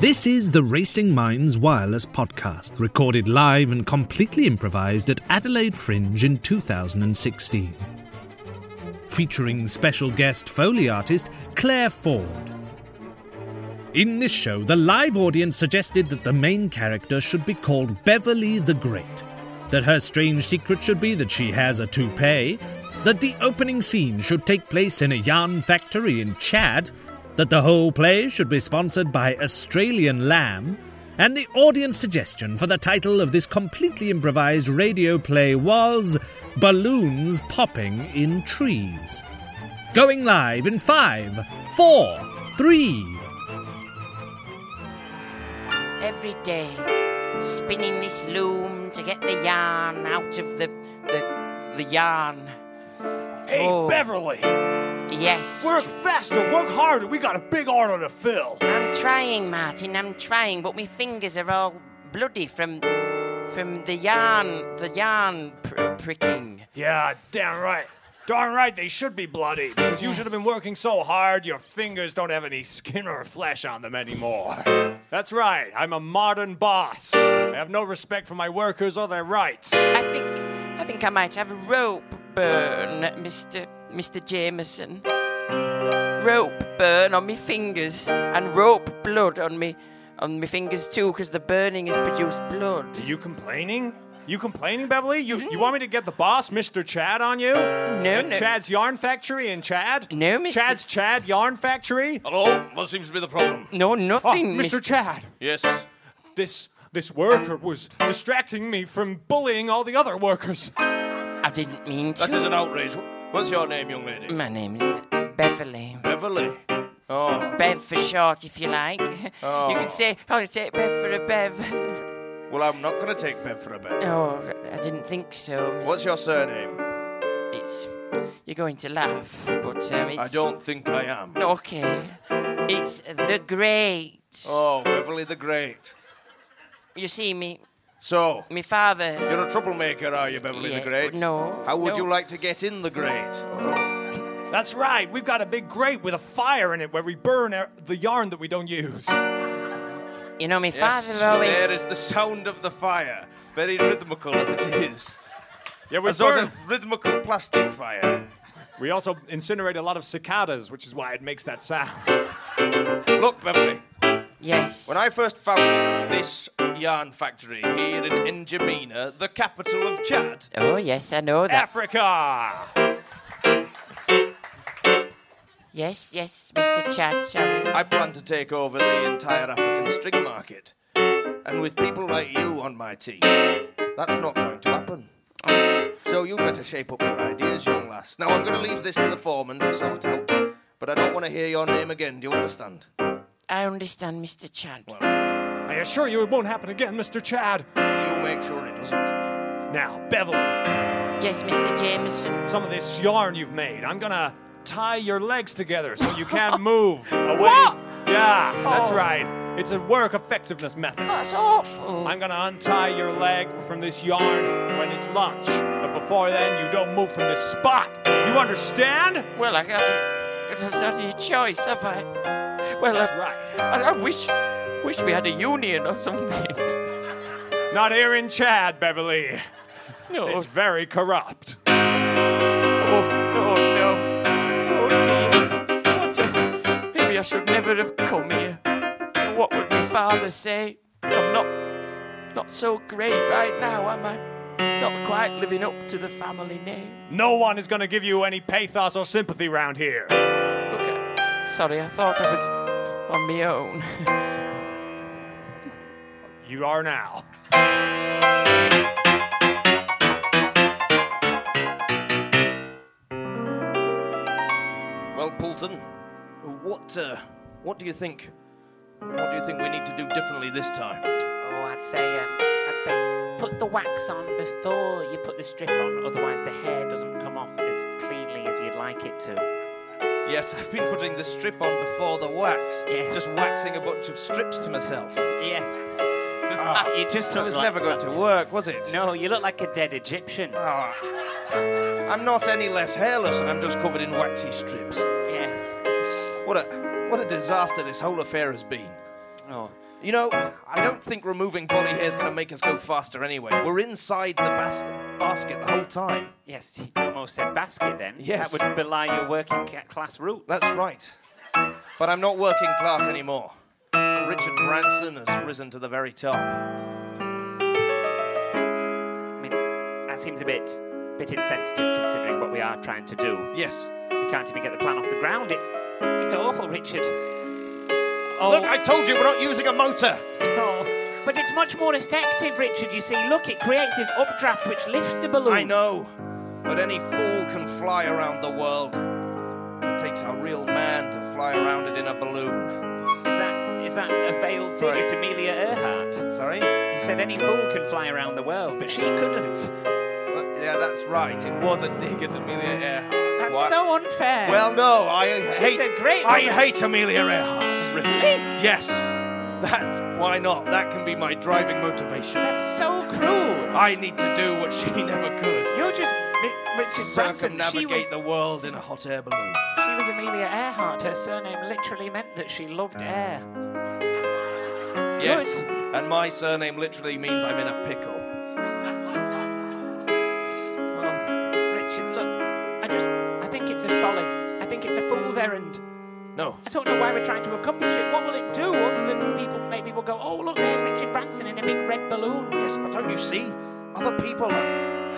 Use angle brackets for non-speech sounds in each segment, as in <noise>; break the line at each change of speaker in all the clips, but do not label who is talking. This is the Racing Minds Wireless podcast, recorded live and completely improvised at Adelaide Fringe in 2016. Featuring special guest Foley artist Claire Ford. In this show, the live audience suggested that the main character should be called Beverly the Great, that her strange secret should be that she has a toupee, that the opening scene should take place in a yarn factory in Chad, that the whole play should be sponsored by Australian Lamb, and the audience suggestion for the title of this completely improvised radio play was Balloons Popping in Trees. Going live in five, four, three.
Every day, spinning this loom to get the yarn out of the the the yarn.
Hey,
Oh.
Beverly,
Yes.
work faster, work harder. We got a big order to fill.
I'm trying, Martin. I'm trying, but my fingers are all bloody from from the yarn, the yarn pr- pricking.
Yeah, damn right. Darn right, they should be bloody. Because you should have been working so hard, your fingers don't have any skin or flesh on them anymore. That's right, I'm a modern boss. I have no respect for my workers or their rights.
I think I think I might have a rope burn, Mister Mister Jameson. Rope burn on me fingers and rope blood on me on me fingers too, because the burning has produced blood.
Are you complaining? You complaining, Beverly? You, you want me to get the boss, Mr. Chad, on you?
No,
At
no.
Chad's Yarn Factory in Chad?
No, Mr.
Chad's Chad Yarn Factory? Oh,
Hello? What seems to be the problem?
No,
Oh,
nothing,
Mr. Chad.
Yes.
This this worker was distracting me from bullying all the other workers.
I didn't mean to.
That is an outrage. What's your name, young lady?
My name is Beverly.
Beverly. Oh,
Bev for short, if you like. You can say, "Oh, I take Bev for a Bev."
well, I'm not going to take Bev for a bit.
Oh, I didn't think so. Miss-
What's your surname?
It's. You're going to laugh, but um, it's.
I don't think I am.
Okay. It's the great.
Oh, Beverly the Great.
You see, me,
So,
me father.
you're a troublemaker, are you, Beverly
Yeah,
the Great?
no,
How would
no.
you like to get in the Great?
That's right. We've got a big grate with a fire in it where we burn our, the yarn that we don't use.
You know, my father always.
There is the sound of the fire. Very rhythmical as it is.
Yeah, we
A sort
burn.
of rhythmical plastic fire.
We also incinerate a lot of cicadas, which is why it makes that sound.
Look, Beverly.
yes.
When I first founded this yarn factory here in N'Djamena, the capital of Chad,
Oh, yes, I know that.
Africa.
Yes, yes, Mr. Chad, sorry.
I plan to take over the entire African string market. And with people like you on my team, that's not going to happen. So you better shape up your ideas, young lass. Now I'm going to leave this to the foreman to sort out, but I don't want to hear your name again, do you understand?
I understand, Mr. Chad.
I assure you, it won't happen again, Mr. Chad.
You make sure it doesn't.
Now, Beverly,
Yes, Mr. Jameson.
some of this yarn you've made, I'm gonna tie your legs together so you <laughs> can't move away.
What?
Yeah, that's
Oh.
right. It's a work effectiveness method.
That's awful.
I'm gonna untie your leg from this yarn when it's lunch. But before then, you don't move from this spot. You understand?
Well, I haven't. There's not any choice, have I? Well,
That's
I,
right.
I, I wish, wish we had a union or something.
Not here in Chad, Beverly.
No,
It's very corrupt.
oh, no, no. Oh dear. What a, maybe I should never have come here. What would my father say? I'm not, not so great right now, am I? Not quite living up to the family name.
No one is gonna give you any pathos or sympathy round here.
Look, I, sorry, I thought I was on my own.
You are now.
Well, Poulton, what, uh, what do you think? What do you think we need to do differently this time?
Oh, I'd say, um, I'd say, put the wax on before you put the strip on. Otherwise, the hair doesn't come off as cleanly as you'd like it to.
Yes, I've been putting the strip on before the wax.
Yeah.
Just waxing a bunch of strips to myself.
Yes. <laughs> you just
That
look
was
like-
never going to work, was it?
No, you look like a dead Egyptian.
Ah. I'm not any less hairless and I'm just covered in waxy strips.
Yes.
What a what a disaster this whole affair has been.
Oh,
You know, I don't think removing body hair is going to make us go faster anyway. We're inside the bas- basket the whole time.
Yes, you almost said basket then.
Yes.
That would belie your working ca- class roots.
That's right. But I'm not working class anymore. Richard Branson has risen to the very top.
I mean, that seems a bit, bit insensitive considering what we are trying to do.
Yes.
We can't even get the plan off the ground. It's, it's awful, Richard. Oh,
Look, I told you we're not using a motor.
no. But it's much more effective, Richard. You see, look, it creates this updraft which lifts the balloon.
I know, but any fool can fly around the world. It takes a real man to fly around it in a balloon.
Is that is that a veiled
Sorry.
secret to Amelia Earhart?
Sorry?
You said any fool can fly around the world, but she couldn't.
Well, yeah, that's right. It was a dig at Amelia Earhart.
That's
What?
so unfair.
Well, no, I
She's
hate.
a great
I
woman.
hate Amelia Earhart.
Really?
Yes. That. Why not? That can be my driving motivation.
that's so cruel.
I need to do what she <laughs> never could.
You're just Ri- Richard Branson. She
Circumnavigate
was,
the world in a hot air balloon.
she was Amelia Earhart. Her surname literally meant that she loved
Ah.
air.
Yes. And my surname literally means I'm in a pickle.
Well, Richard, look, I just I think it's a folly. I think it's a fool's errand.
No.
I don't know why we're trying to accomplish it. What will it do other than people? Maybe will go, oh look, there's Richard Branson in a big red balloon.
Yes, but don't you see? Other people are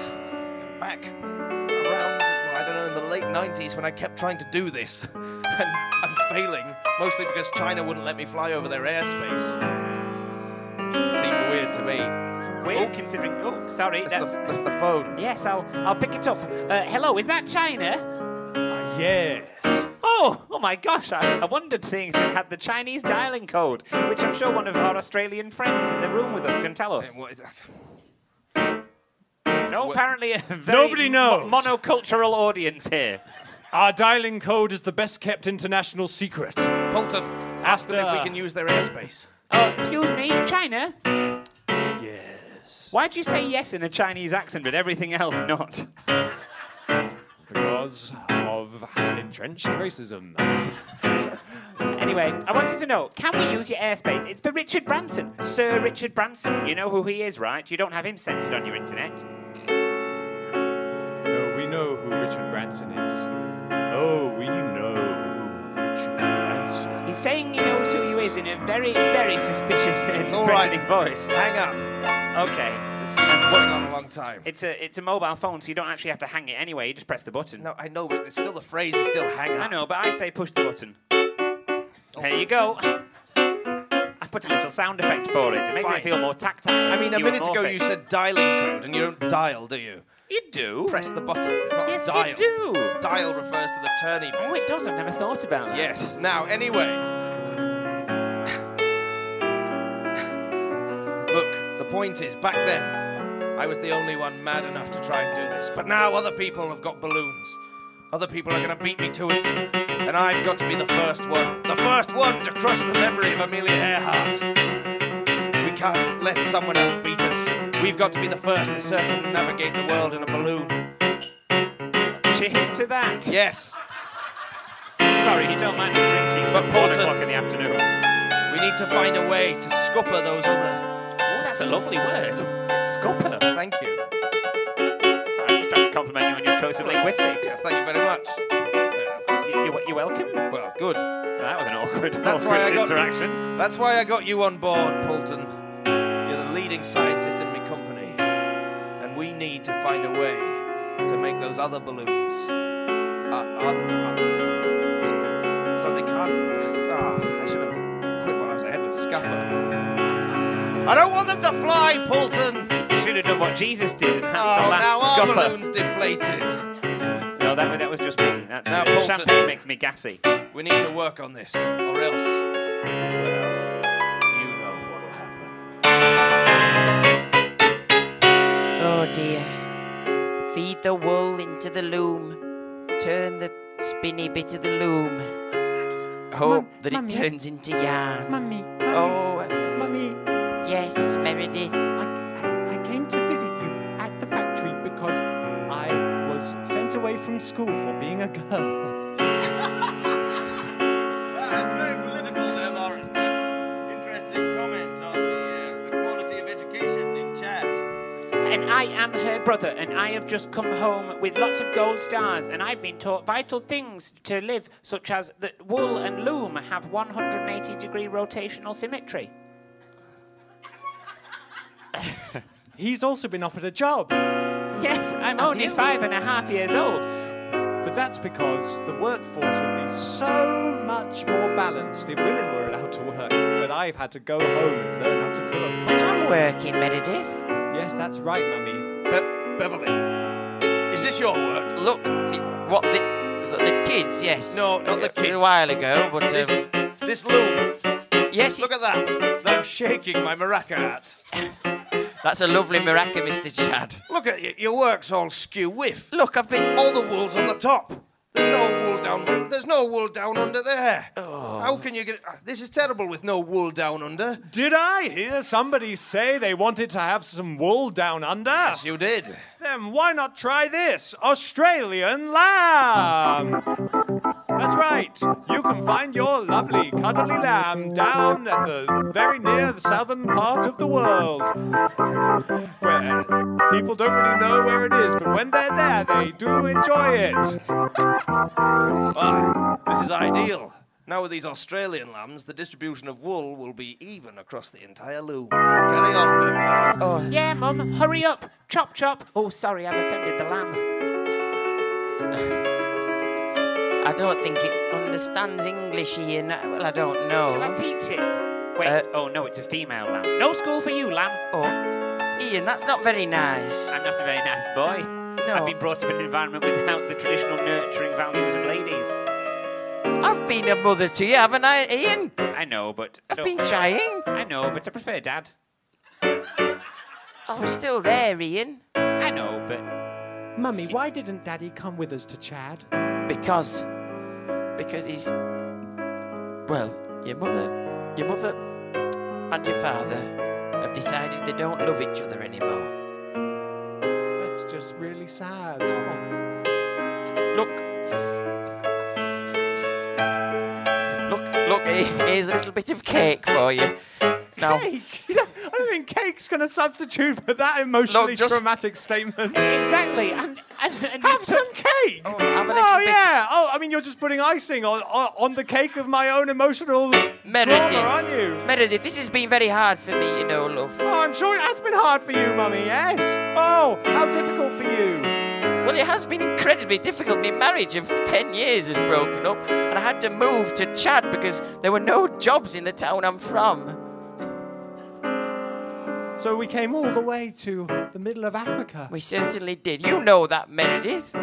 back around, well, I don't know, in the late 90s when I kept trying to do this. <laughs> And I'm failing, mostly because China wouldn't let me fly over their airspace. Seemed weird to me.
Weird
Oh.
considering. Oh, sorry.
That's,
That's,
the, that's the phone.
yes, I'll I'll pick it up. Uh, hello, is that China?
Ah,
Yes.
Oh, oh my gosh! I, I wondered seeing if it had the Chinese dialing code, which I'm sure one of our Australian friends in the room with us can tell us.
What is-
No,
what-
apparently a very
Nobody knows.
mo- monocultural audience here.
Our dialing code is the best kept international secret.
Polton, ask them if we
After-
can use their airspace.
Oh, excuse me, China.
Yes.
Why'd you say yes in a Chinese accent, but everything else not?
Because of entrenched racism.
Anyway, I wanted to know: Can we use your airspace? It's for Richard Branson, Sir Richard Branson. You know who he is, right? You don't have him censored on your internet.
No, we know who Richard Branson is. Oh, we know who Richard Branson
He's saying he knows who you is in a very, very suspicious and
It's all right.
threatening voice.
Hang up.
Okay.
This has been going on a long time.
It's a it's a mobile phone, so you don't actually have to hang it anyway. You just press the button.
No, I know, but it's still the phrase is still hang up.
I know, but I say push the button. There you go. I put a little sound effect for it. It makes
Fine.
it feel more tactile.
I mean, a minute ago
skeuomorphic.
you said dialing code, and you don't dial, do you?
you do.
press the buttons. It's not
yes,
dial.
you do.
Dial refers to the turning.
Oh, it does. I've never thought about that.
Yes. Now, anyway. Look, the point is, back then, I was the only one mad enough to try and do this. But now other people have got balloons. Other people are going to beat me to it. And I've got to be the first one. The first one to crush the memory of Amelia Earhart. We can't let someone else beat us. We've got to be the first to circumnavigate the world in a balloon.
Cheers to that.
Yes.
Sorry, you don't mind me drinking.
But
at one
Porter-
o'clock in the afternoon. Oh,
We need to find a way to scupper those other.
that's a lovely word. Scupper.
Thank you.
Sorry, I'm just trying to compliment you on your choice of linguistics.
Yeah, thank you very much. Uh,
You- You're, you're welcome.
Well, good.
That was an awkward,
That's why
awkward
I got-
interaction.
That's why I got you on board, Poulton. You're the leading scientist in my company, and we need to find a way to make those other balloons. Uh, un, un- so, so they can't. Ah, I should have quit while I was ahead with Scupper. I don't want them to fly, Poulton.
You should have done what Jesus did and had the
Oh,
last
now our
scupper.
balloon's deflated.
No, that, that was just me. That's
Now,
it.
Bolton.
Champagne makes me gassy.
We need to work on this, or else. Well, you know what'll happen.
Oh dear. Feed the wool into the loom. Turn the spinny bit of the loom. Hope Oh, that it
mummy.
turns into yarn.
Mummy, mummy,
Oh, uh,
mummy,
yes, Meredith.
I, I, I came to visit you at the factory because I was sent away from school for being a girl.
Ah, Wow, uh, that's very political there, Lauren. That's interesting comment. uh,
am her brother, and I have just come home with lots of gold stars, and I've been taught vital things to live, such as that wool and loom have 180 degree rotational symmetry.
He's also been offered a job,
Yes, I'm only five and a half years old.
but that's because the workforce would be so much more balanced if women were allowed to work. But I've had to go home and learn how to cook.
But I'm working, Meredith.
Yes, that's right, Mummy.
Be- Beverly, is this your work?
Look, what the the, the kids? Yes.
No, not the
A little
kids.
while ago, but
This,
um,
this loom.
yes,
Look at that. I'm shaking my maraca hat.
that's a lovely maraca, Mr. Chad.
Look at you. Your work's all skew whiff.
Look, I've been.
All the wool's on the top. There's no wool down. bun- There's no wool down under there.
Oh.
How can you get? ah, This is terrible with no wool down under.
Did I hear somebody say they wanted to have some wool down under?
Yes, you did.
Then why not try this Australian lamb? That's right. You can find your lovely cuddly lamb down at the very near the southern part of the world. Where people don't really know where it is, but when they're there, they do enjoy it.
Ah, this is ideal. Now with these Australian lambs, the distribution of wool will be even across the entire loom. Carry on, Bim.
Yeah, Mum, hurry up. Chop, chop. Oh, sorry, I've offended the lamb.
I don't think it understands English here. Now. Well, I don't
Shall I
know.
teach it? Wait,
Uh,
oh no, it's a female lamb. No school for you, lamb.
Oh, Ian, that's not very nice.
I'm not a very nice boy.
No.
I've been brought up in an environment without the traditional nurturing values of ladies.
I've been a mother to you, haven't I, Ian?
I know, but
I've
no-
been trying.
I know, but I prefer dad.
I was still there, Ian.
I know, but
Mummy, why didn't Daddy come with us to Chad?
Because, because he's, well, your mother, your mother, and your father have decided they don't love each other anymore.
That's just really sad.
Look, look, look. he- Here's a little bit of cake for you. Now,
Cake? <laughs> I don't think cake's going to substitute for that emotionally
just-
traumatic statement.
exactly. And, and, and
Have some cake.
Oh, have a little
oh
bit.
yeah. Oh, I mean, you're just putting icing on, on on the cake of my own emotional
Meredith,
trauma, aren't you?
Meredith, this has been very hard for me, you know, love.
Oh, I'm sure it has been hard for you, mummy. Yes. Oh, how difficult for you.
Well, it has been incredibly difficult. My marriage of 10 years has broken up, and I had to move to Chad because there were no jobs in the town I'm from.
So we came all the way to the middle of Africa.
We certainly did. You know that, Meredith.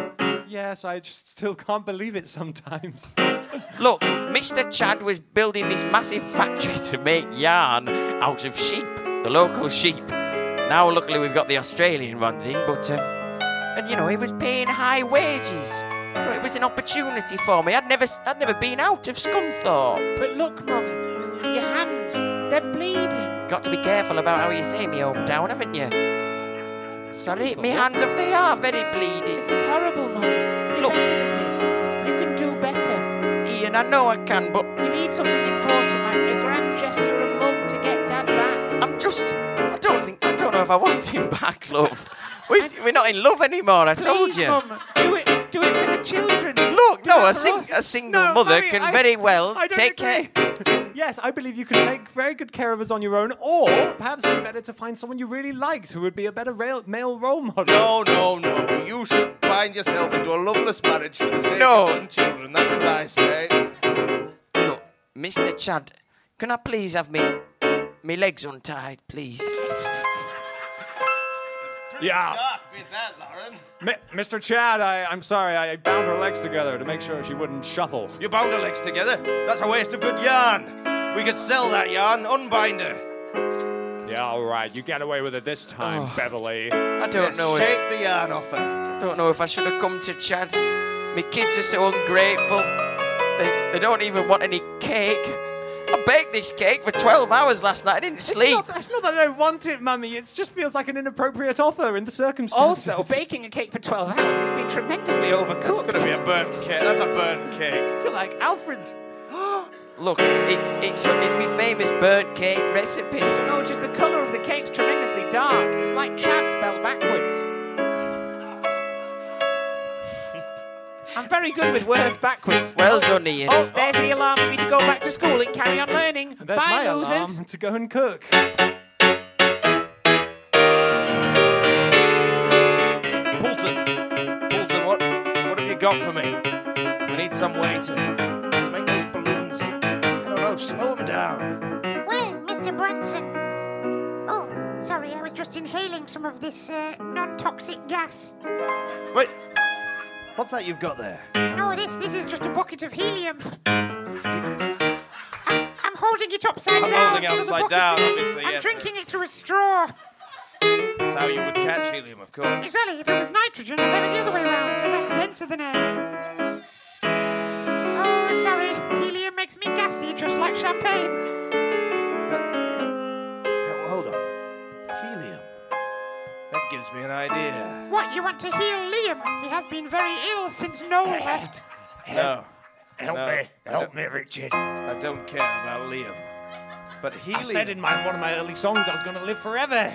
Yes, I just still can't believe
<laughs>
it sometimes.
Look, Mr. Chad was building this massive factory <laughs> to make yarn out of sheep, the local sheep. Now, luckily, we've got the Australian ones in, but. Um, and you know, he was paying high wages. You know, It was an opportunity for me. I'd never, I'd never been out of Scunthorpe.
But look, Mum, your hands, they're bleeding.
Got to be careful about how you say me hometown, haven't you? Sorry, me hands up. They are very
This
bleeding.
is horrible, Mum. You're
Look.
better than this. You can do better.
Ian, I know I can, but
You need something important, like a grand gesture of love to get Dad back.
I'm just. I don't think. I don't know if I want him <laughs> back, love. We, we're not in love anymore. I told
Please,
you.
Mum, do it, do it for the children.
Look,
Do
no,
it
a,
for
sing-
us.
a single
No,
mother
Mummy,
can
I-
very well
I don't
take
agree.
care.
Yes, I believe you can take very good care of us on your own, or perhaps it'd be better to find someone you really liked who would be a better rail- male role model.
No, no, no. You should bind yourself into a loveless marriage for the sake
No.
of some children. That's what I say.
Look, Mr. Chad, can I please have me me legs untied, please?
Yeah.
Dark bit that, Lauren.
Mi- Mr. Chad, I, I'm sorry. I bound her legs together to make sure she wouldn't shuffle.
You bound her legs together. That's a waste of good yarn. We could sell that yarn, unbind her.
Yeah, all right. You get away with it this time, Beverly.
I don't know. If,
Shake the yarn off her.
I don't know if I should have come to Chad. My kids are so ungrateful. They, they don't even want any cake. I baked this cake for 12 hours last night. I didn't
It's
sleep.
not, it's not that I don't want it, Mummy. It just feels like an inappropriate offer in the circumstances.
<laughs>
Also, baking a cake for 12 hours has been tremendously overcooked.
It's gonna be a burnt cake. That's a burnt cake.
You're like Alfred.
Look, it's it's it's my famous burnt cake recipe.
No, just the colour of the cake's tremendously dark. It's like Chad
<laughs>
spelled backwards. I'm very good with words backwards.
Well done, Ian.
Oh, there's the alarm for me to go back to school and carry on learning.
There's
Bye,
my
losers.
alarm to go and cook.
Poulton, Poulton, what, what have you got for me? I need some way to, to make those balloons. I don't know, slow them down.
Well, Mr. Branson. Oh, sorry, I was just inhaling some of this uh, non toxic gas.
Wait, what's that you've got there?
No, this this is just a bucket of helium. I'm, I'm holding it upside
I'm
down.
holding it
so the
upside
bucket-
down, obviously,
I'm
yes,
drinking it
it's-
through a straw.
That's how you would catch helium, of course.
Exactly, if it was nitrogen, I'd have it the other way around, because that's denser than air. Oh, sorry, helium makes me gassy, just like champagne.
Now, Hold on. Helium. That gives me an idea.
What, you want to heal Liam? He has been very ill since Noel left.
No,
Help
No,
me.
I
Help
don't-
me, Richard.
I don't care about Liam. But helium.
I said in my, one of my early songs I was going to live forever.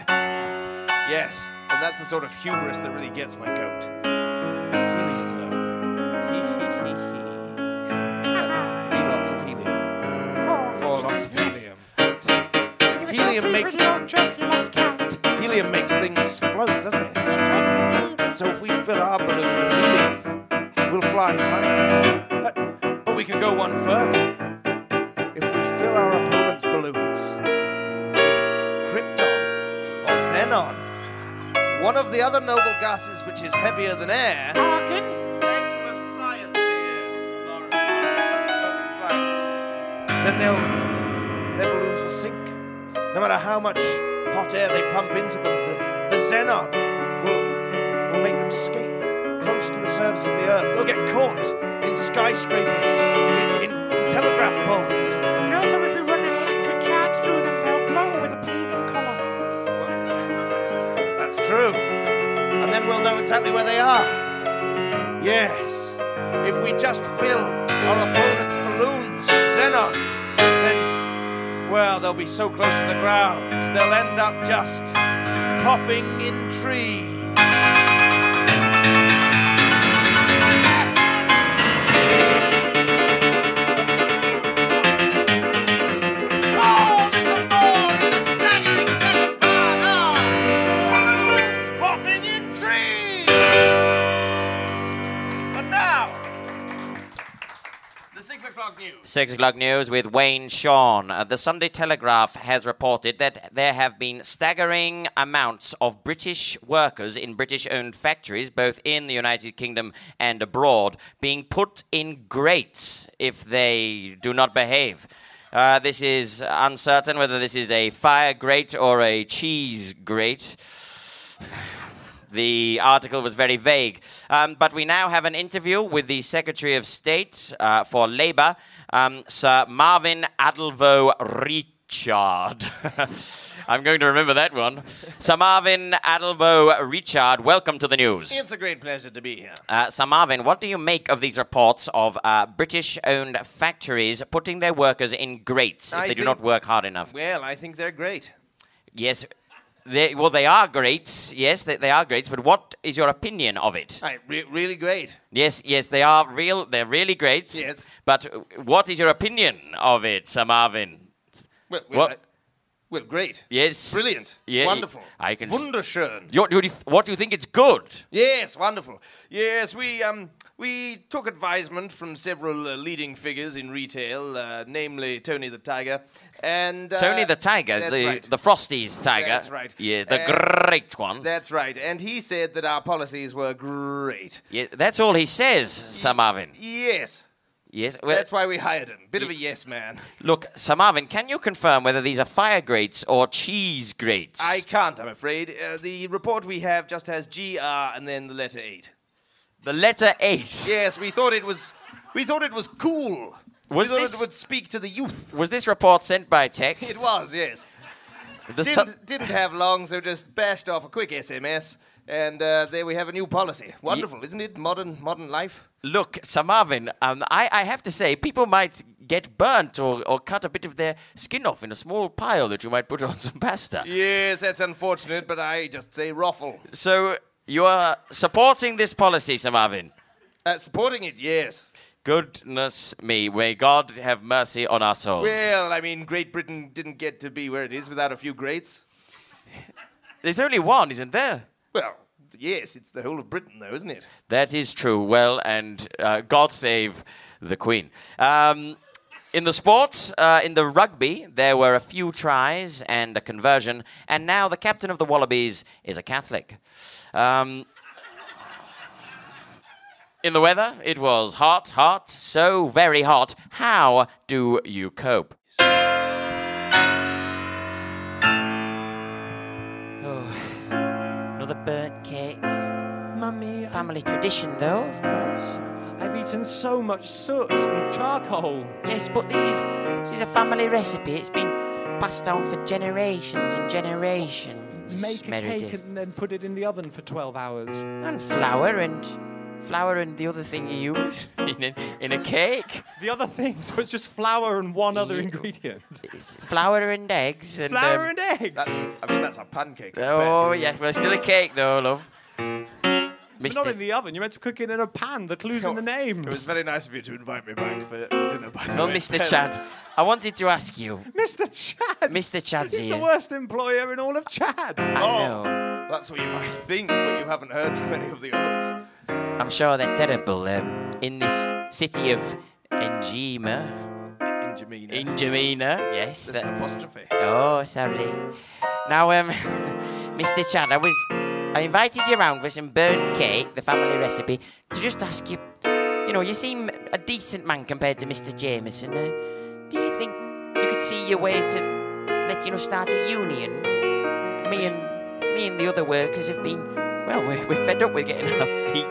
Yes, and that's the sort of hubris that really gets my goat. Helium, though. Hee hee hee hee. That's three lots of helium.
Four,
Four lots of
actually, yes.
helium.
It was
Helium
simply
makes-
with your joke, you lost count.
Helium makes things float, doesn't it?
It does indeed.
So if we fill our balloon with helium, we'll fly higher. But, but we could go one further. If we fill our opponent's balloons with krypton or xenon, one of the other noble gases which is heavier than air.
Arkin,
Excellent science here, Lauren. Perfect science. Then they'll their balloons will sink. No matter how much hot air they pump into them, the, the xenon will, will make them skate close to the surface of the earth. They'll get caught in skyscrapers, in, in telegraph poles.
and also if we run an electric charge through them, they'll glow with a pleasing colour.
That's true. And then we'll know exactly where they are. Yes. If we just fill our opponent's balloons with xenon, then, well, they'll be so close to the ground, they'll end up just popping in trees.
Six o'clock news with Wayne Sean. Uh, The Sunday Telegraph has reported that there have been staggering amounts of British workers in British owned factories, both in the United Kingdom and abroad, being put in grates if they do not behave. Uh, this is uncertain whether this is a fire grate or a cheese grate. The article was very vague. Um, but we now have an interview with the Secretary of State uh, for Labour, um, Sir Marvin Adelvo Richard. <laughs> I'm going to remember that one. Sir Marvin Adelvo Richard, welcome to the news.
It's a great pleasure to be here.
Uh, Sir Marvin, what do you make of these reports of uh, British owned factories putting their workers in grates if
I
they do
think-
not work hard enough?
Well, I think they're great.
Yes. They, well, they are grates. Yes, they, they are grates. But what is your opinion of it?
I, re- really great.
Yes, yes, they are real. They're really great.
Yes.
But what is your opinion of it, Sir Marvin?
Well, well,
What-
I- well great.
Yes.
Brilliant.
Yeah, y-
Wonderful.
I can s-
Wunderschön.
You- you- what do you think? It's good.
Yes, wonderful. Yes, we um we took advisement from several uh, leading figures in retail, uh, namely Tony the Tiger, and uh,
Tony the Tiger,
That's
the
right.
the Frosties Tiger.
That's right.
Yeah, the
Uh,
great one.
That's right, and he said that our policies were great.
yeah, that's all he says, Sir Marvin.
Yes,
Yes. Well,
that's why we hired him. Bit of a
<laughs>
yes man.
Look, Sir Marvin, can you confirm whether these are fire grates or cheese grates?
I can't, I'm afraid. Uh, the report we have just has GR and then the letter eight.
the letter H.
Yes, we thought it was, we thought it was cool.
Was
we thought
this-
it would speak to the <laughs> youth.
Was this report sent by text?
It was, yes.
The Sun-
didn't, didn't have long, so just bashed off a quick SMS, and uh, there we have a new policy. Wonderful, isn't it? Modern, modern life.
Look, Sir Marvin, um, I, I have to say, people might get burnt or, or cut a bit of their skin off in a small pile that you might put <laughs> on some pasta.
Yes, that's unfortunate, but I just say ruffle.
So you are supporting this policy, Sir Marvin.
Uh, supporting it, yes.
Goodness me, may God have mercy on our souls.
Well, I mean, Great Britain didn't get to be where it is without a few greats.
There's only one, isn't there?
Well, yes, it's the whole of Britain, though, isn't it?
That is true. Well, and uh, God save the Queen. Um, in the sports, uh, in the rugby, there were a few tries and a conversion, and now the captain of the Wallabies is a Catholic. Um, in the weather, it was hot, hot, so very hot. How do you cope?
Oh, Another burnt cake. Mummy. Family tradition, though, of course.
I've eaten so much soot and charcoal.
Yes, but this is this is a family recipe. It's been passed down for generations and generations.
Make a
Meredith.
cake and then put it in the oven for 12 hours.
and flour and flour and the other thing you use. <laughs>
In a, in a cake?
The other thing, so it's just flour and one other
Yeah.
ingredient.
It's flour and eggs and
Flour
um,
and eggs.
I mean, that's a pancake. at
Oh,
best.
yes, well, still a cake though, love.
But not
Mr.
in the oven. You're meant to cook it in a pan. The clue's in the name.
It was
<laughs>
very nice of you to invite me back for dinner, by the
Oh,
way. <laughs>
Mr. Chad, I wanted to ask you,
Mr. Chad.
Mr. Chad's
He's the
here.
worst employer in all of Chad.
<laughs>
I know.
Oh, That's what you might think, but you haven't heard from any of the others.
I'm sure they're terrible um, in this city of Njima.
In Jamaica.
Njamina, yes.
There's an
that-
apostrophe.
oh, sorry. Now, um, <laughs> Mr. Chad, I was I invited you round for some burnt cake, the family recipe, to just ask you. You know, you seem a decent man compared to Mr. Jameson. Uh, do you think you could see your way to letting us start a union? me and me and the other workers have been well we're, we're fed up with getting our <laughs> feet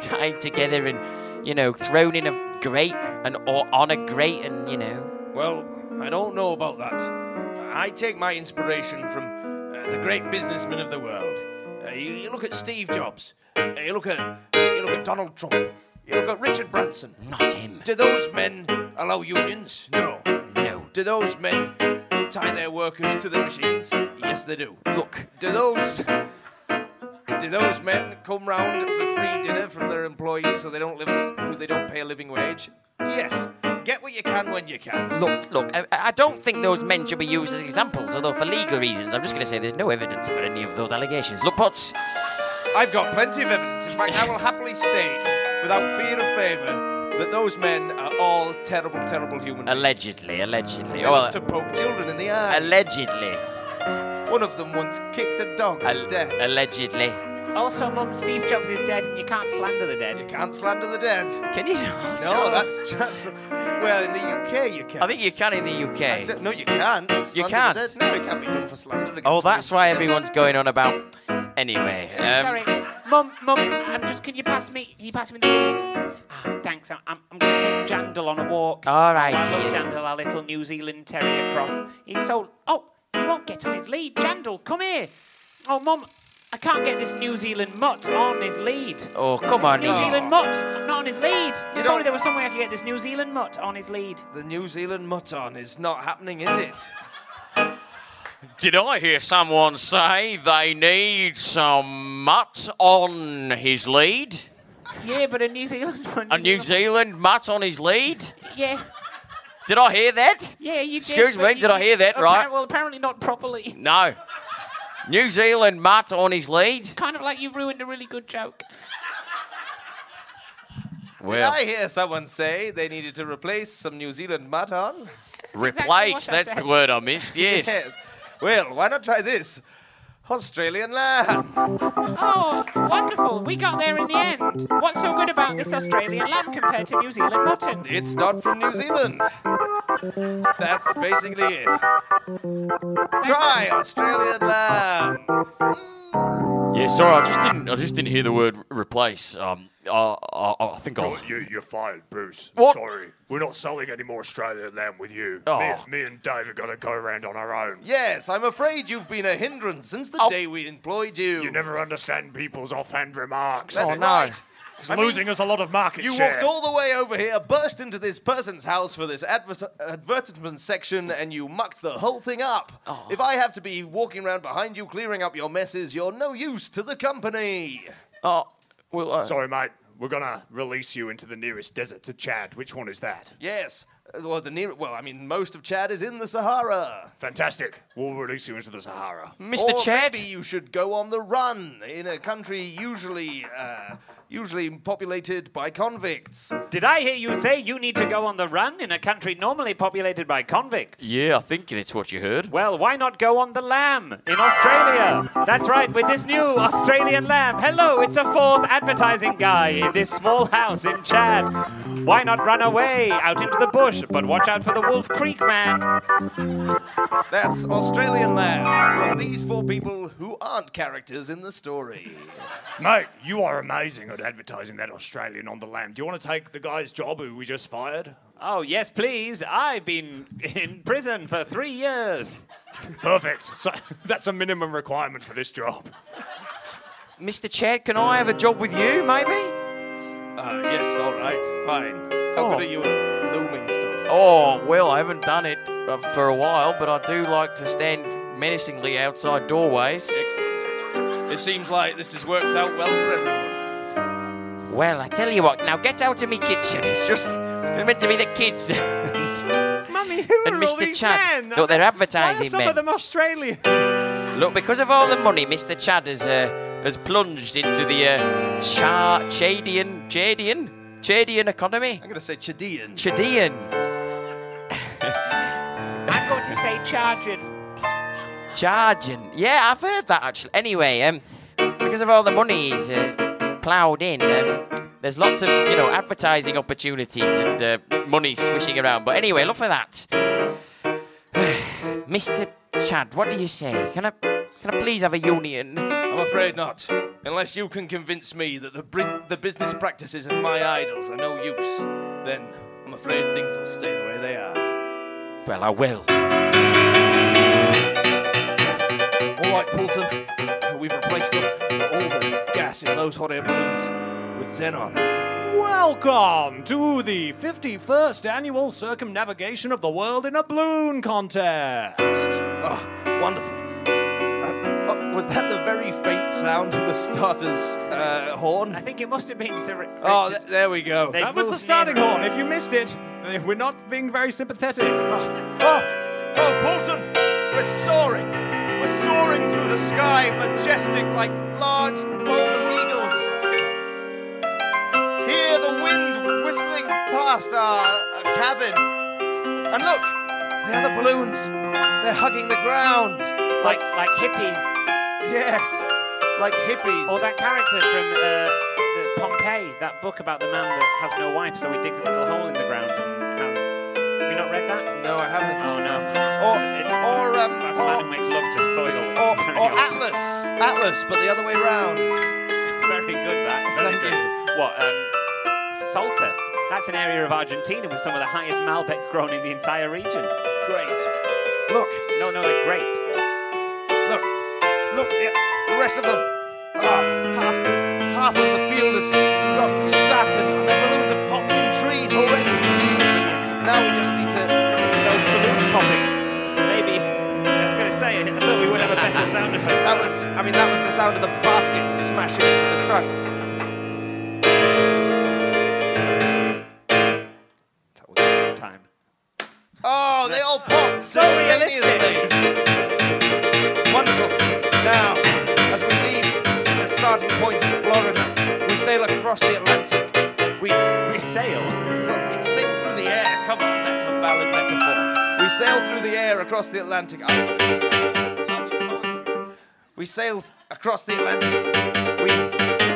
tied together and you know thrown in a grate and or on a grate and you know
Well, I don't know about that. I take my inspiration from uh, the great businessmen of the world. Uh, you, you look at Steve Jobs. Uh, you look at you look at Donald Trump. You look at Richard Branson.
not him
Do those men allow unions? No.
no
Do those men tie their workers to the machines? Yes, they do.
look
Do those do those men come round for free dinner from their employees so they don't live who they don't pay a living wage? Yes. Get what you can when you can.
look look I, I don't think those men should be used as examples although for legal reasons i'm just going to say there's no evidence for any of those allegations look pots
I've got plenty of evidence. In fact, I will happily state, without fear of favour, that those men are all terrible, terrible human beings.
allegedly allegedly
They
oh, well,
love to poke children in the eye.
allegedly
One of them once kicked a dog
al-
to death.
allegedly
Also, Mum, Steve Jobs is dead, and you can't slander the
you
dead.
can't slander the dead.
can you not
No, that's just. Well, in the UK, you can.
i think you can in the uk
D- No, you can't. Slander the
can't.
dead- No, it can't be done for slander. against
Oh, that's why
women.
everyone's going on about. Anyway, um,
Sorry, Mum, Mum, I'm just. Can you pass me? Can you pass me the lid? Ah, thanks. I'm, I'm, I'm going to take Jandal on a walk.
All right,
I love
Ian.
Jandal, our little New Zealand terrier cross. He's so. Oh, he won't get on his lead. Jandal, come here. Oh, Mum, I can't get this New Zealand mutt on his lead.
Oh, come
This
on.
New Zealand mutt, I'm not on his lead.
You
Probably
don't-
there was some way I could get this New Zealand mutt on his lead.
The New Zealand mutton is not happening, is it?
Did I hear someone say they need some mutt on his lead?
Yeah, but a New Zealand <laughs> one.
A New Zealand mutt on his lead?
Yeah,
Did I hear that?
yeah, you did.
Excuse
but
me,
you
did I hear that
Appar-
right?
Well, apparently not properly. <laughs>
No. New Zealand mutt on his lead?
Kind of like you've ruined a really good joke.
Well,
I hear someone say they needed to replace some New Zealand <laughs> mutton.
exactly
replace,
what I
that's the
said.
word I missed, yes.
Well, why not try this? Australian lamb.
Oh, wonderful. We got there in the end. What's so good about this Australian lamb compared to New Zealand mutton?
It's not from New Zealand. That's basically it. Try Australian lamb.
Yeah, sorry, I just didn't I just didn't hear the word replace. Um, I, I, I think I'll.
You, you're fired, Bruce.
What?
Sorry. We're not selling any more Australian lamb with you.
Oh.
Me, me and Dave have got to go around on our own.
Yes, I'm afraid you've been a hindrance since the
Oh.
day we employed you.
You never understand people's offhand remarks.
That's
Oh, no.
right.
It's losing us a lot of market
You
share.
walked all the way over here, burst into this person's house for this adver- advertisement section, and you mucked the whole thing up. If I have to be walking around behind you clearing up your messes, you're no use to the company.
Oh, well, uh,
Sorry, mate. We're gonna release you into the nearest desert to Chad. Which one is that?
Yes. uh, Well, the near well, I mean, most of Chad is in the Sahara.
Fantastic. We'll release you into the Sahara.
Mr.
Or
Chad.
maybe you should go on the run in a country usually, uh, usually populated by convicts.
Did I hear you say you need to go on the run in a country normally populated by convicts?
Yeah, I think that's what you heard.
Well, why not go on the lamb in Australia? That's right, with this new Australian lamb. Hello, it's a fourth advertising guy in this small house in Chad. Why not run away out into the bush? But watch out for the Wolf Creek man.
That's Australian Lab from these four people who aren't characters in the story.
Mate, you are amazing at advertising that Australian on the lamb. Do you want to take the guy's job who we just fired?
Oh, yes, please. I've been in prison for three years.
Perfect. So <laughs> that's a minimum requirement for this job.
Mr. Chad, can I have a job with you, maybe?
Uh, yes, all right, fine. How good are you at looming stuff?
Oh, well, I haven't done it uh, for a while, but I do like to stand menacingly outside
Oh.
doorways.
Excellent. It seems like this has worked out well for everyone.
Well, I tell you what, now get out of me kitchen. It's just it's meant to be the kids. <laughs>
Mummy, who
And
are all
Mr.
these
Chad.
men?
Look, they're
Why are
advertising
some
men.
of them Australian?
Look, because of all the money Mr. Chad has, uh, has plunged into the uh, char- Chadian, Chadian, Chadian economy.
I'm going to say Chadian.
Chadian,
I'm going to say charging.
charging. Yeah, I've heard that actually. Anyway, um, because of all the money he's uh, ploughed in, um, there's lots of you know advertising opportunities and uh, money swishing around. But anyway, look for that, <sighs> Mr. Chad. What do you say? Can I can I please have a union?
I'm afraid not. Unless you can convince me that the, bri- the business practices of my idols are no use, then I'm afraid things will stay the way they are.
Well, I will.
All right, Poulton, we've replaced all the gas in those hot air balloons with xenon.
Welcome to the 51st annual circumnavigation of the world in a balloon contest.
Oh, wonderful. Uh, oh, was that the very faint sound of the starter's uh,
I
horn?
think it must have been Sir.
Oh, th- there we go.
They-
That was the
moved
starting
nearer.
horn. If you missed it, eh, we're not being very sympathetic.
Oh, Ah, oh, Bolton, we're soaring. We're soaring through the sky, majestic like large, bulbous eagles. Hear the wind whistling past our uh, cabin. And look, there are the balloons. They're hugging the ground.
like
Like,
like hippies
yes, like hippies.
or that character from uh, the Pompeii, that book about the man that has no wife, so he digs a little hole in the ground and has. Have you not read that?
no, I haven't.
Oh no.
Or-
it's, it's,
or, um,
about a man
or-
who makes love to soil. It's
Or,
very
or
odd.
Atlas. Atlas, but the other way round.
Very good that. Very
Thank
good. What? Um, Salta. That's an area of Argentina with some of the highest Malbec grown in the entire region.
Great. Look,
No, no, the grapes.
look, look, yeah, the rest of them. Ah, half, half of the field has gotten stuck and their balloons have popped in trees already. Now we just need to.
Listen to those balloons popping. Maybe. I was going to say, I thought we would have a better sound effect.
That was, I mean, that was the sound of the basket smashing into the trunks.
That was some time.
Oh, they all popped
realistic.
simultaneously. Wonderful. Now, as we leave the starting point in Florida, we sail across the Atlantic. We,
We sail.
well, we sail through the air. Come on, that's a valid metaphor. We sail through the air across the Atlantic. Oh, I- We sail th- across the Atlantic. We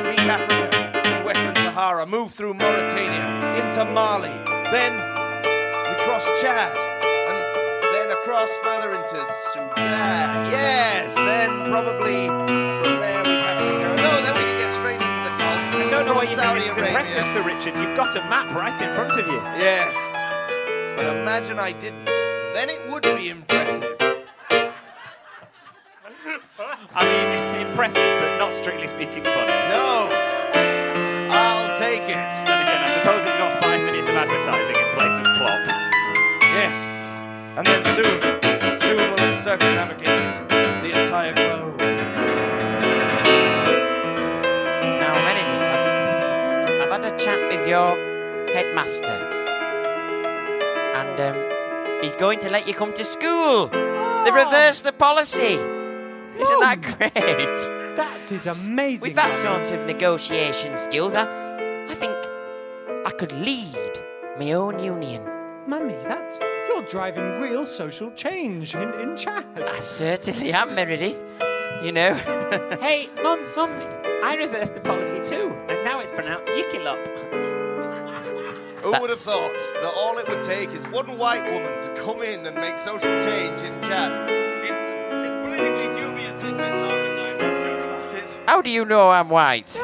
reach Africa, Western Sahara, move through Mauritania, into Mali, then we cross Chad, and then across further into Sudan. Yes, then probably from there we'd have to go. No, then we can get straight into the Gulf.
I don't know why
cross
you think
Saudi
this is
Arabia.
impressive, Sir Richard. You've got a map right in front of you.
Yes, but imagine I didn't. Then it would be impressive.
I mean, impressive, but not strictly speaking funny.
No, I'll I'll take it.
Then again, I suppose it's got five minutes of advertising in place of plot.
Yes. And then soon, soon we'll have circumnavigated the entire globe.
Now, Meredith, I've, I've had a chat with your headmaster, and um, he's going to let you come to school. They
Oh.
reversed the policy. Isn't that
<laughs>
great?
That is amazing.
With that sort of negotiation skills, I, I think I could lead my own union.
Mummy, that's you're driving real social change in, in Chad.
I certainly am, Meredith. You know, <laughs>
Hey, mum, mum, I reversed the policy too, and now it's pronounced Yikilop.
Who would have
That's-
thought that all it would take is one white woman to come in and make social change in Chad? It's it's politically dubious that Miss Lauren and I'm not sure about it.
how do you know I'm
<laughs>
white?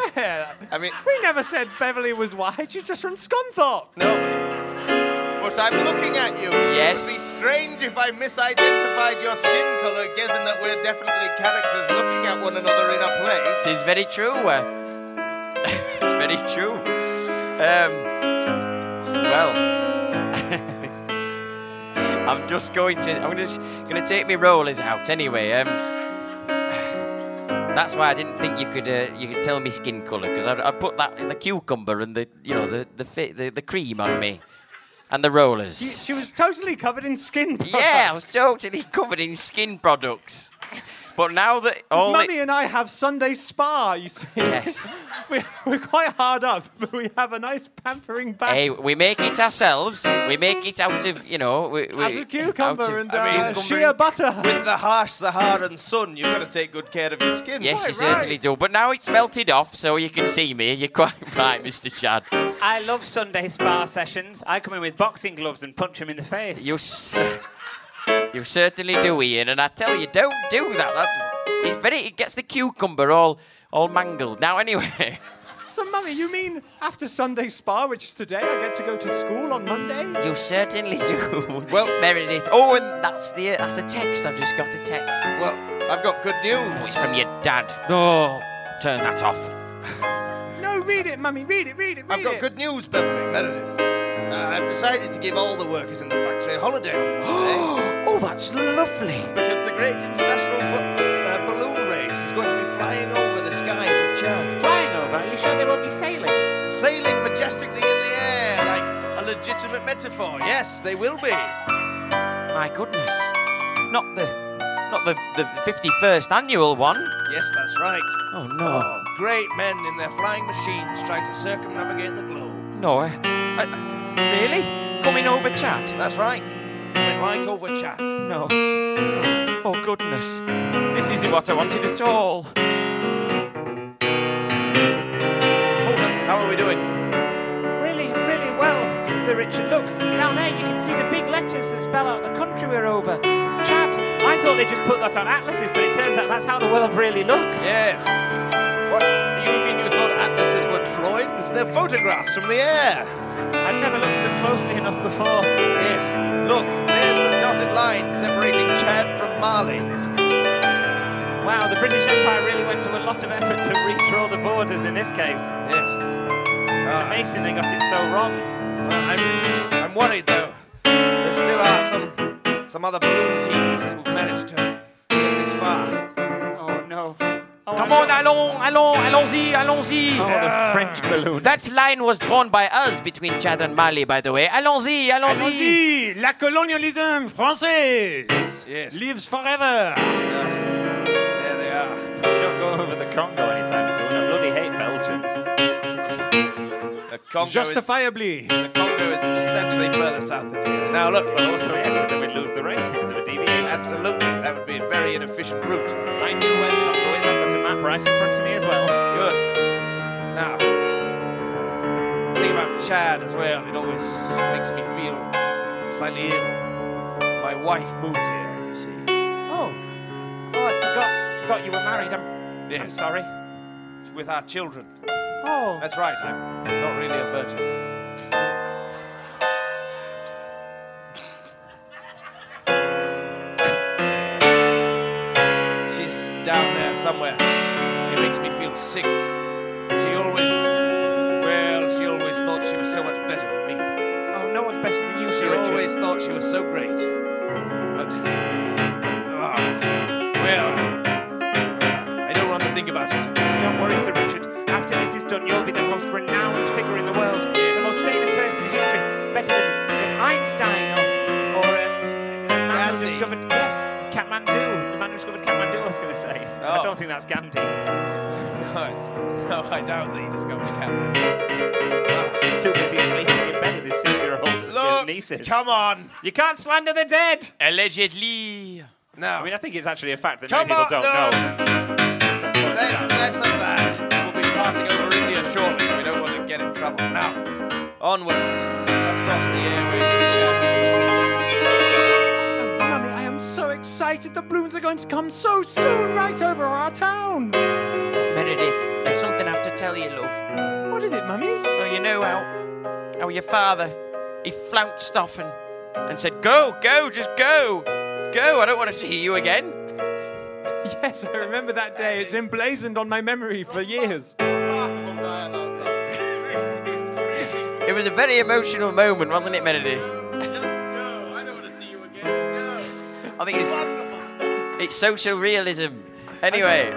I mean,
We never said Beverly was white. You're just from Scunthorpe.
no. But I'm looking at you.
Yes.
It would be strange if I misidentified your skin colour, given that we're definitely characters looking at one another in a place.
This is very true. uh, <laughs> it's very true. Um, well, <laughs> I'm just going to. I'm just going to take my rollers out anyway. Um, <sighs> that's why I didn't think you could uh, you could tell me skin colour because I, I put that the cucumber and the you know the the fi- the, the cream on me and the rollers.
She was totally covered in skin.
yeah,
<laughs>
I was totally covered in skin products. But now that all it-
Mummy and I have Sunday spa. You see. <laughs>
yes.
We're, we're quite hard up, but we have a nice pampering back.
Hey, we make it ourselves. We make it out of, you know, we, we,
As a cucumber
out of-
and uh,
I mean, cucumber
shea
and-
butter.
With the harsh Saharan sun, you've got to take good care of your skin.
Yes, you
Quite right.
certainly do. But now it's melted off, so you can see me. You're quite <laughs> right, Mr. Chad.
I love Sunday spa sessions. I come in with boxing gloves and punch him in the face.
You, s- you certainly do, Ian. And I tell you, don't do that. That's it's very. It gets the cucumber all, all mangled. Now, anyway, <laughs>
So, Mummy, you mean after Sunday spa, which is today, I get to go to school on Monday?
you certainly do.
Well-
Meredith. Oh, and that's the that's a text. I've just got a text.
Well, I've got good
Oh,
news.
it's from your dad. No, turn that off.
No, read it, Mummy, read it, read it, read
I've got
it.
good news, Beverly Meredith. Uh, I've decided to give all the workers in the factory a holiday
<gasps>
on Monday
Oh, that's lovely.
because the great international bu- uh, balloon race is going to be flying over the skies of Chad,
Flying over, are you sure they won't be sailing?
sailing majestically in the air like a legitimate metaphor. Yes, they will be.
My goodness. Not the not the, the 51st annual one.
Yes, that's right.
Oh no.
Great men in their flying machines trying to circumnavigate the globe.
No. I, I- really? Coming over Chad?
That's right. Went right over Chad.
No. Oh goodness. This isn't what I wanted at all.
Hold on, how are we doing?
Really, really well, Sir Richard. Look, down there you can see the big letters that spell out the country we're over. Chad, I thought they just put that on atlases, but it turns out that's how the world really looks.
Yes. What? You mean you thought atlases were drawings? They're photographs from the air.
I'd never looked at them closely enough before.
Yes. Look, there's the dotted line separating Chad from Mali.
Wow, the British Empire really went to a lot of effort to redraw the borders in this case.
Yes.
It's
Ah,
amazing they got it so wrong.
I'm, I'm worried though. There still are some some other balloon teams who've managed to get this far.
Oh no. Oh,
Come
I
on,
don't-
allons, allons, allons-y,
Oh,
allons-y.
the French balloon.
That line was drawn by us between Chad and Mali, by the way. Allons-y, allons-y.
La colonialism française
Yes.
lives forever.
There they are.
We don't go over the Congo anytime soon. I bloody hate Belgians.
The Congo is-
Justifiably.
the Congo is substantially further south than here. Now look,
Well, also yes, because then we'd lose the race because of a deviation.
absolutely, that would be a very inefficient route.
I knew where the Congo is. I've got a map right in front of me as well.
Good. Now, the thing about Chad as well, it always makes me feel slightly ill. My wife moved here, you see.
Oh, oh, I forgot. Forgot you were married. I'm, I'm
Yes,
sorry.
with our children.
Oh,
That's right, I'm not really a virgin. She's down there somewhere. It makes me feel sick. She always, well, always thought she was so much better than me.
Oh, no one's better than you,
She
Sir Richard.
always thought she was so great. But, ah, well, I don't want to think about it. <laughs>
Don't worry, Sir Richard. After this is done, you'll be the most renowned figure in the world, the most famous person in history, better than, than Einstein or, or um, the man who
Gandhi.
discovered yes, Kathmandu. The man who discovered Kathmandu, I was going to say. I
Oh.
don't think that's Gandhi.
No, no, I doubt that he discovered Catman.
Too busy sleeping in bed with his six-year-old nieces.
come on.
You can't slander the dead.
Allegedly.
I
No,
mean, I think it's actually a fact that
Come
many people
on,
don't
no.
know.
less, less of that. We'll be passing over India shortly. We don't want to get in trouble. Now, onwards, across the airways of the channel.
Mummy, I am so excited. The balloons are going to come so soon, right over our town.
Meredith, there's something I have to tell you, love.
What is it, Mummy?
Oh, you know how, how your father, he flounced off and, and said, go, go, just go. Go, I don't want to see you again.
<laughs> Yes, I remember that day. It's emblazoned on my memory for years.
Remarkable dialogue.
It was a very emotional moment, wasn't it, <laughs> Meredith?
Just go. I don't want to see you again. Go.
I think it's,
Wonderful stuff.
it's social realism. Anyway,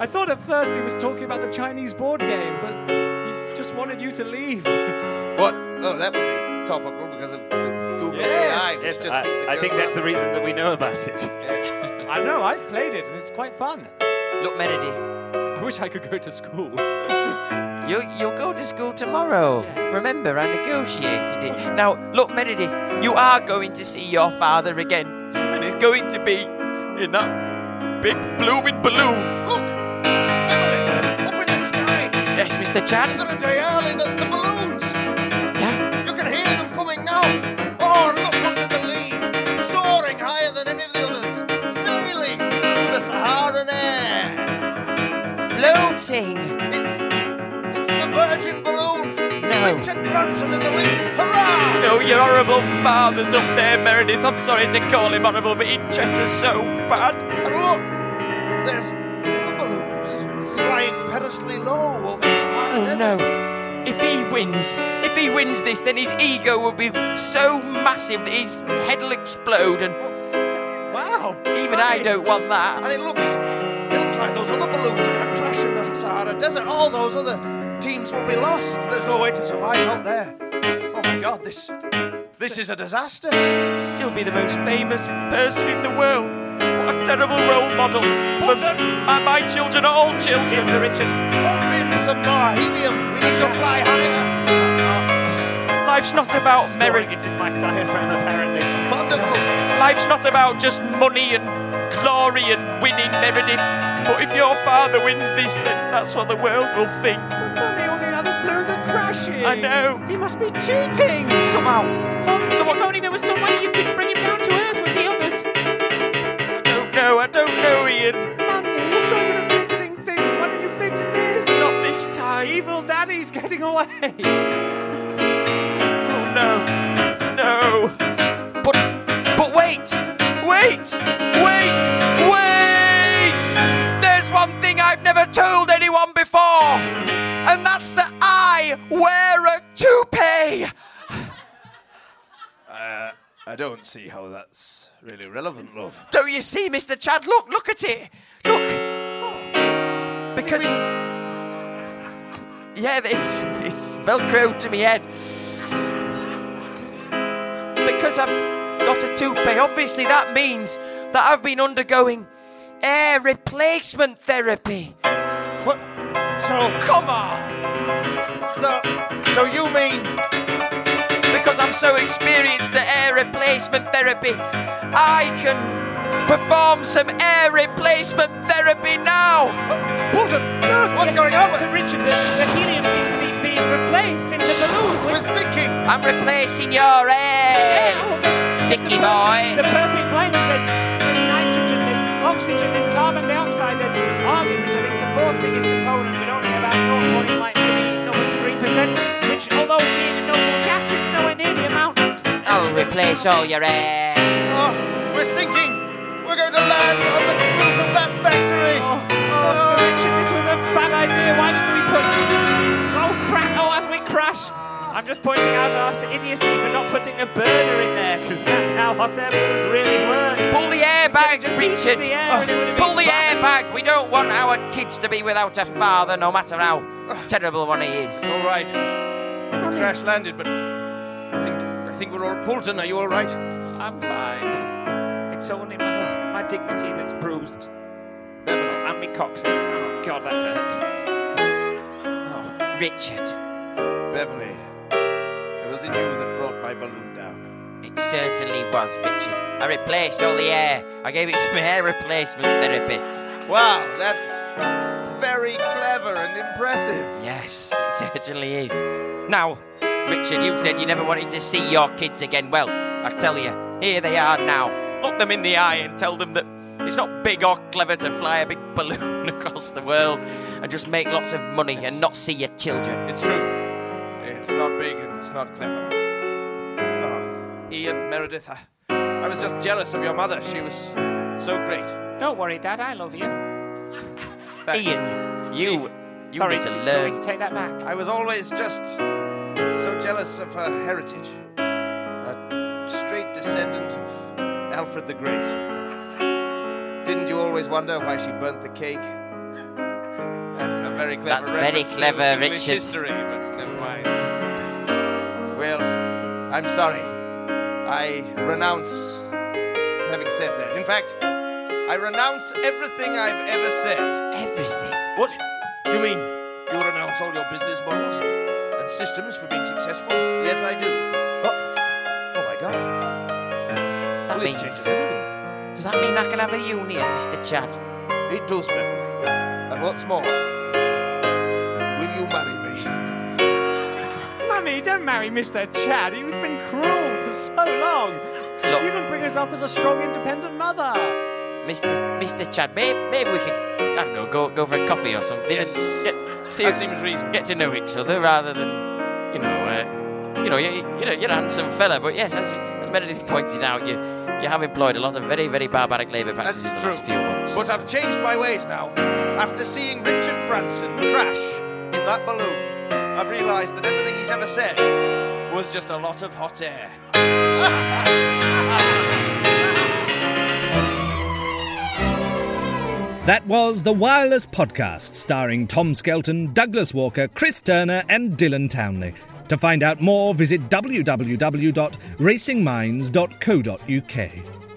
I thought at first he was talking about the Chinese board game, but he just wanted you to leave.
What? Oh, that would be topical because of the Google
Yes.
AI. which
Yes,
just beat the
I, I think
Google
that's the reason that we know about it.
I know, I've played it and it's quite fun.
look, Meredith,
I wish I could go to school.
you, you'll go to school tomorrow. Remember, I negotiated it. Now, look, Meredith, you are going to see your father again, and it's going to be in that big blooming balloon.
Look! Emily! Up in the sky!
Yes, Mr. Chad?
Another day early, the, the balloons!
Yeah?
You can hear them coming now! Oh, look who's in the lead! Soaring higher than any of the others! Sailing through the Saharan air!
Floating!
It's, it's the Virgin Balloon!
No.
Richard Branson in the lead! Hurrah!
No, your horrible father's up there, Meredith. I'm sorry to call him horrible, but he treats us so bad.
And look! There's the balloons! Flying perilously low over the Saharan
Oh,
desert!
no. If he wins, if he wins this, then his ego will be so massive that his head will explode, and
Wow!
even I don't want that.
And it looks, it looks like those other balloons are going to crash in the Sahara Desert. All those other teams will be lost. There's no way to survive out there. Oh my God, this, this is a disaster.
He'll be the most famous person in the world. What a terrible role model for my, my children, all children.
Yes, Sir Richard.
Pump in some more helium. We need to fly higher.
Life's not about
Storing it in my diaphragm, apparently.
Wonderful.
Life's not about just money and glory and winning, Meredith. But if your father wins this, then that's what the world will think.
Mummy, all the other balloons are crashing!
I know.
He must be cheating!
Somehow, someone.
only there was some way you could bring him down to earth with the others.
I don't know. I don't know, Ian.
Mummy, you're so good at fixing things. Why did you fix this?
Not this time.
Evil Daddy's getting away!
Oh no, no. But, but wait, wait, wait, wait. There's one thing I've never told anyone before, and that's that I wear a toupee.
I don't see how that's really relevant, love.
Don't you see, Mr. Chad? Look, look at it. Look. Because. Yeah, it's, it's Velcro to me head. Because I've got a toupee, obviously that means that I've been undergoing air replacement therapy.
What? So come on. So, so you mean
Because I'm so experienced at air replacement therapy, I can perform some air replacement therapy now.
Bolton? What's going on?
Sir Richard, the, the helium seems to be being replaced in the balloon
We're
with
sinking.
I'm replacing your air,
Oh, there's-
Dicky
The
boy.
perfect blend. There's, there's nitrogen, there's oxygen, there's carbon dioxide, there's argon, which I think is the fourth biggest component, but only about 0.1, like maybe 0.3%, which, although being a noble gas, it's nowhere near the amount.
I'll Oh, replace all your air.
Oh, we're sinking. We're going to land on the roof of that factory.
Oh, oh, Sir Richard, this was a bad idea. Why didn't we put... Oh, crap. Oh, as we crash. I'm just pointing out our idiocy for not putting a burner in there, because that's how hot air balloons really work.
Pull the air back,
Just leave
Richard.
the air and it would've
Pull the
been fine.
air back. We don't want our kids to be without a father, no matter how terrible one he is.
All right. We crash landed, but I think I think we're all. Poulton, are you all right?
I'm fine. It's only my, my dignity that's bruised.
Bevan,
And me coccyx. Oh, God, that hurts.
Richard,
Beverly, it was it you that brought my balloon down?
it certainly was Richard. I replaced all the air. I gave it some <laughs> air replacement therapy.
Wow, that's very clever and impressive.
Yes, it certainly is. Now, Richard, you said you never wanted to see your kids again. Well, I tell you, here they are now. Look them in the eye and tell them that it's not big or clever to fly a big <laughs> balloon across the world and just make lots of money and not see your children.
It's true. It's not big and it's not clever. Oh, Ian Meredith, I, I was just jealous of your mother. She was so great.
Don't worry, Dad, I love you.
Thanks.
Ian, you, you
Sorry,
need to
sorry
learn.
to take that back.
I was always just so jealous of her heritage. A straight descendant of Alfred the Great. Didn't you always wonder why she burnt the cake? That's a very clever
That's very
reference to
clever,
English
Richard.
history, but never mind. Well, I'm sorry. I renounce having said that. In fact, I renounce everything I've ever said.
Everything.
What? You mean you renounce all your business models and systems for being successful? Yes, I do. Oh, oh my God!
That
This
means,
changes
does
everything.
that mean I can have a union, Mr. Chad?
It does, Beverly. And what's more, will you marry me?
Mummy, don't marry Mr. Chad. He's been cruel for so long.
Look.
You can bring us up as a strong, independent mother.
Mr. Mr. Chad, maybe, maybe we could, I don't know, go, go for a coffee or something. and
Yes.
Get, see,
That seems reasonable.
get to know each other rather than, you know, uh, you know, you, you know, you're a handsome fella, but yes, as, as Meredith pointed out, you you have employed a lot of very, very barbaric labour practices
That's
in the
true.
last few months.
But I've changed my ways now. After seeing Richard Branson crash in that balloon, I've realised that everything he's ever said was just a lot of hot air.
That was The Wireless Podcast, starring Tom Skelton, Douglas Walker, Chris Turner, and Dylan Townley. To find out more, visit www.racingminds.co.uk.